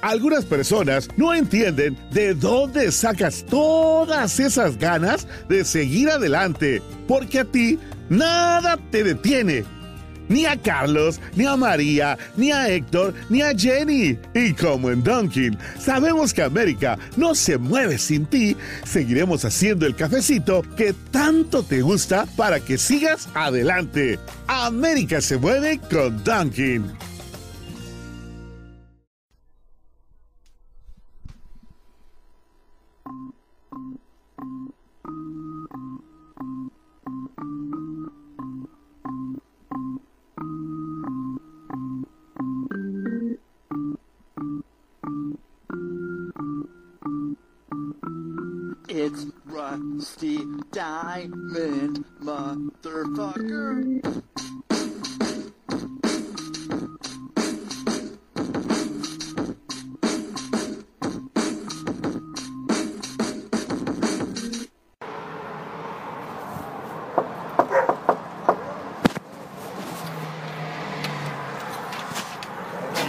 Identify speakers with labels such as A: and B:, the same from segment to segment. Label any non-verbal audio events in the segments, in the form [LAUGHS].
A: Algunas personas no entienden de dónde sacas todas esas ganas de seguir adelante, porque a ti nada te detiene. Ni a Carlos, ni a María, ni a Héctor, ni a Jenny. Y como en Dunkin', sabemos que América no se mueve sin ti, seguiremos haciendo el cafecito que tanto te gusta para que sigas adelante. América se mueve con Dunkin'.
B: It's Rusty Diamond, motherfucker.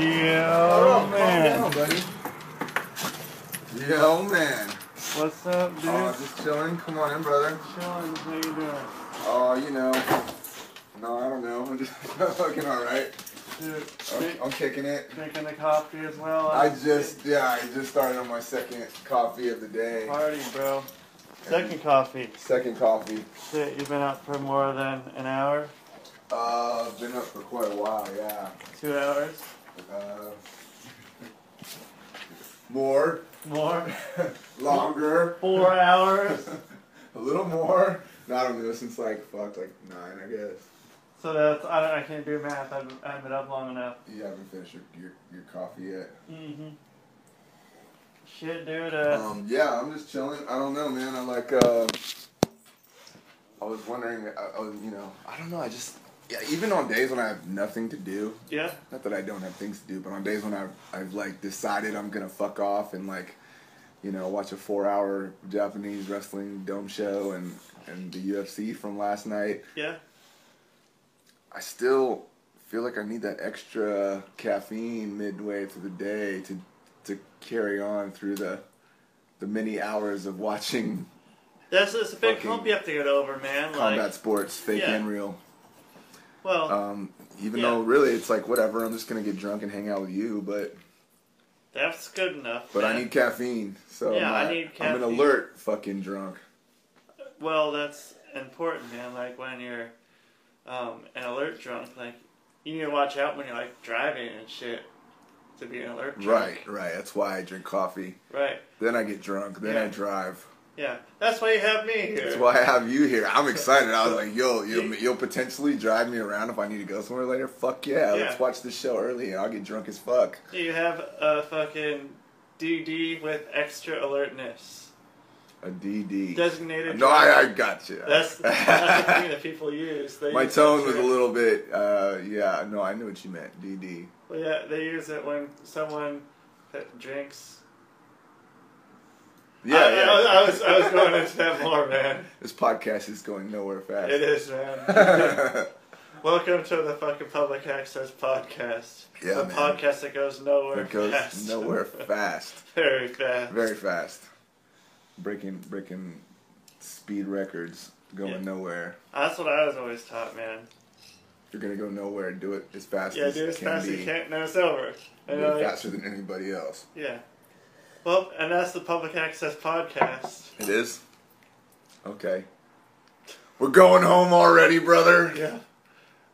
C: Yeah, man.
D: buddy. Yo, man.
C: What's up, dude?
D: Oh, just chilling. Come on in, brother.
C: Chilling. How you doing?
D: Oh, you know. No, I don't know. I'm just [LAUGHS] fucking all right.
C: Dude,
D: I'm,
C: drink-
D: I'm kicking it.
C: drinking the coffee as well.
D: Oh. I just, yeah, I just started on my second coffee of the day.
C: party, bro. Second coffee.
D: Second coffee.
C: Shit, you've been out for more than an hour,
D: Uh, I've been up for quite a while. Yeah.
C: two hours,
D: Uh, [LAUGHS] more,
C: more,
D: [LAUGHS] longer,
C: four hours.
D: a little more. No, I don't know. Since like fuck, like nine, I guess.
C: So that's I, don't, I can't do math. I've, I haven't been up long enough.
D: You haven't finished your, your, your coffee yet.
C: Mhm. Shit, dude. Uh,
D: Um, yeah, I'm just chilling. I don't know, man. I like. Uh, I was wondering. I, I was, you know, I don't know. I just. Yeah, even on days when I have nothing to do.
C: yeah.
D: Not that I don't have things to do, but on days when I've, I've like decided I'm gonna fuck off and like, you know, watch a four-hour Japanese wrestling dome show and and the UFC from last night.
C: Yeah.
D: I still feel like I need that extra caffeine midway through the day to to carry on through the the many hours of
C: [LAUGHS]
D: watching
C: That's, that's a big
D: Fucking
C: hump you have to get over, man.
D: combat
C: Like,
D: sports, fake
C: yeah.
D: and real.
C: well,
D: Um, even
C: Yeah.
D: though really it's like whatever, I'm just gonna get drunk and hang out with you, but
C: that's good enough.
D: but I
C: man.
D: need caffeine, so
C: Yeah, I
D: I'm, not-
C: need
D: I'm an
C: caffeine.
D: alert fucking drunk.
C: Well, that's important, man. Like when you're um, an alert drunk, like you need to watch out when you're like driving and shit to be an alert. Drunk.
D: Right, right. That's why I drink coffee.
C: Right.
D: Then I get drunk. Then I
C: Yeah.
D: drive.
C: Yeah. That's why you have me here.
D: That's why I have you here. I'm excited. I was like, yo, you'll, you'll potentially drive me around if I need to go somewhere later. Fuck yeah,
C: Yeah.
D: let's watch this show early and I'll get drunk as fuck.
C: You have a fucking DD with extra alertness.
D: A DD.
C: Designated.
D: no,
C: driver.
D: I, I got you.
C: That's, that's the thing that people use. They
D: [LAUGHS] My
C: use
D: tone
C: that
D: was a
C: shit.
D: little bit, uh, yeah, no, I knew what you meant. DD.
C: Well, yeah, they use it when someone that drinks.
D: Yeah,
C: I,
D: yeah.
C: I, I was I was going into that more, man.
D: this podcast is going nowhere fast.
C: It is,
D: [LAUGHS]
C: man. Welcome to the fucking Public Access Podcast.
D: Yeah,
C: the
D: man.
C: podcast that goes nowhere
D: It goes
C: fast.
D: nowhere fast.
C: [LAUGHS] Very fast.
D: Very fast. Breaking, breaking speed records, going
C: Yeah.
D: nowhere.
C: That's what I was always taught, man.
D: You're gonna go nowhere. Do it as fast
C: Yeah,
D: as
C: do as
D: can
C: fast
D: be.
C: as you can, then it's over.
D: Do
C: And
D: it
C: you're like,
D: faster than anybody else.
C: yeah. Well, and that's the Public Access Podcast.
D: [LAUGHS] It is. Okay. We're going home already, brother.
C: Yeah.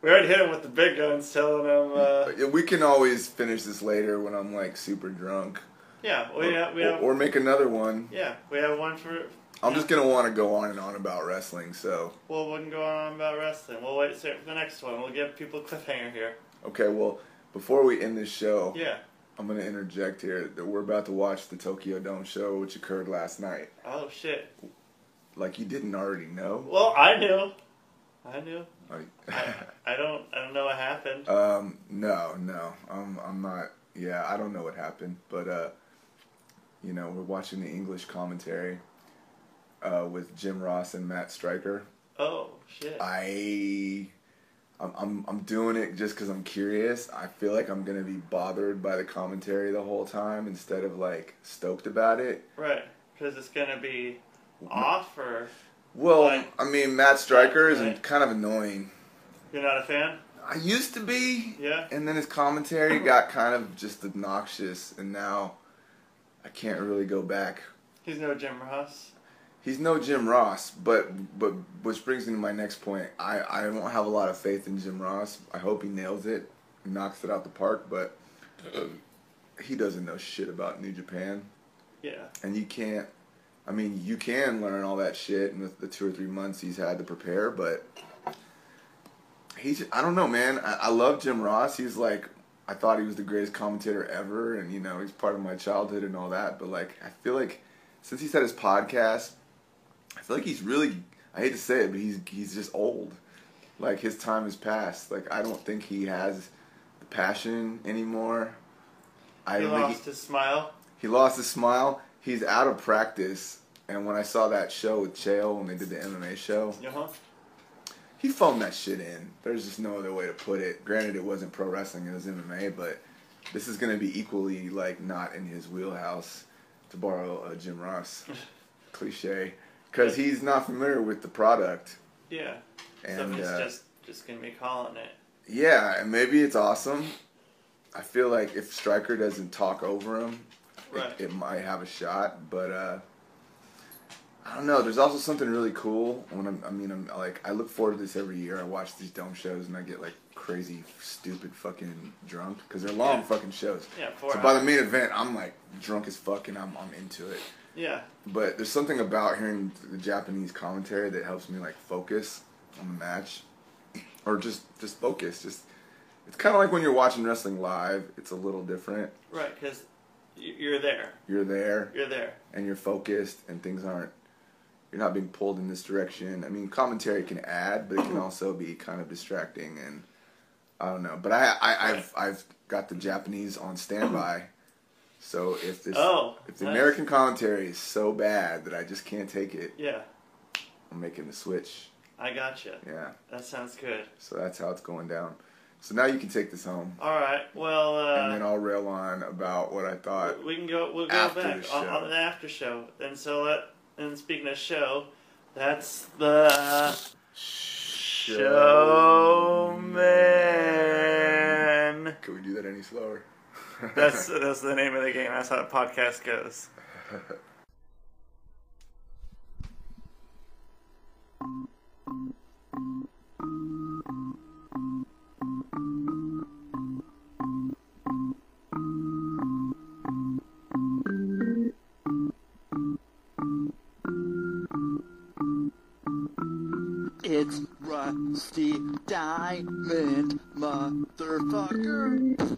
C: We already hit him with the big guns, telling him,
D: [LAUGHS]
C: uh,
D: Yeah, We can always finish this later when I'm like super drunk,
C: yeah, we have, we
D: or,
C: have,
D: or make another one.
C: yeah, we have one for.
D: I'm just gonna want to go on and on about wrestling. So,
C: Well, wouldn't go on about wrestling. We'll wait for the next one. We'll give people a cliffhanger here.
D: okay, well, before we end this show,
C: Yeah.
D: I'm gonna interject here that we're about to watch the Tokyo Dome show, which occurred last night.
C: Oh shit.
D: Like you didn't already know.
C: Well, I knew. I knew.
D: Like, [LAUGHS]
C: I don't. I don't know what happened.
D: um, no, no, I'm, I'm not. Yeah, I don't know what happened, but uh, you know, we're watching the English commentary uh, with Jim Ross and Matt Stryker.
C: oh shit.
D: I, I'm, I'm, I'm doing it just because I'm curious. I feel like I'm gonna be bothered by the commentary the whole time instead of like stoked about it.
C: right. Because it's gonna be
D: Mm-hmm.
C: off, or
D: Well,
C: Like-
D: I mean, Matt Stryker is
C: Right.
D: kind of annoying.
C: you're not a fan.
D: I used to be,
C: Yeah.
D: and then his commentary got kind of just obnoxious, and now I can't really go back.
C: He's no Jim Ross.
D: He's no Jim Ross, but but which brings me to my next point. I I don't have a lot of faith in Jim Ross. I hope he nails it, knocks it out the park, but he doesn't know shit about New Japan,
C: Yeah.
D: and you can't. I mean, you can learn all that shit in the, the two or three months he's had to prepare, but he's. I don't know, man. I, I love Jim Ross. He's like. I thought he was the greatest commentator ever, and you know he's part of my childhood and all that. But like, I feel like since he's had his podcast, I feel like he's really. I hate to say it, but he's he's just old. Like his time has passed. Like I don't think he has the passion anymore. I
C: He
D: don't think
C: lost his smile.
D: he lost his smile. He's out of practice. And when I saw that show with Chael when they did the MMA show,
C: Uh-huh.
D: he phoned that shit in. There's just no other way to put it. Granted, it wasn't pro wrestling; it was MMA. But this is going to be equally like not in his wheelhouse. To borrow uh, Jim Ross cliche, because he's not familiar with the product.
C: Yeah.
D: And,
C: Somebody's
D: uh,
C: just just gonna be calling it.
D: Yeah, and maybe it's awesome. I feel like if Stryker doesn't talk over him,
C: Right.
D: it, it might have a shot. But uh, I don't know. There's also something really cool when I'm. I mean, I'm like, I look forward to this every year. I watch these dome shows and I get like crazy, stupid, fucking drunk because they're long
C: Yeah.
D: fucking shows.
C: Yeah, four
D: So by the
C: hours.
D: main event, I'm like drunk as fuck and I'm I'm into it.
C: Yeah.
D: But there's something about hearing the Japanese commentary that helps me like focus on the match, [CLEARS THROAT] or just just focus. Just it's kind of like when you're watching wrestling live. It's a little different.
C: Right. Because you're there.
D: You're there
C: You're there.
D: and you're focused, and things aren't. You're not being pulled in this direction. I mean, commentary can add, but it can also be kind of distracting, and I don't know. But I, I I've I've got the Japanese on standby. So if this
C: Oh,
D: if the
C: nice.
D: American commentary is so bad that I just can't take it,
C: Yeah.
D: I'm making the switch.
C: I gotcha.
D: Yeah.
C: That sounds good.
D: So that's how it's going down. So now you can take this home.
C: All right. Well. Uh,
D: and then I'll rail on about what I thought.
C: we can go. We'll go
D: After
C: back
D: the
C: on,
D: show.
C: on an after show. And so, let, and speaking of show, that's the showman.
D: Can we do that any slower?
C: That's that's the name of the game. That's how the podcast goes.
B: It's Rusty Diamond, motherfucker.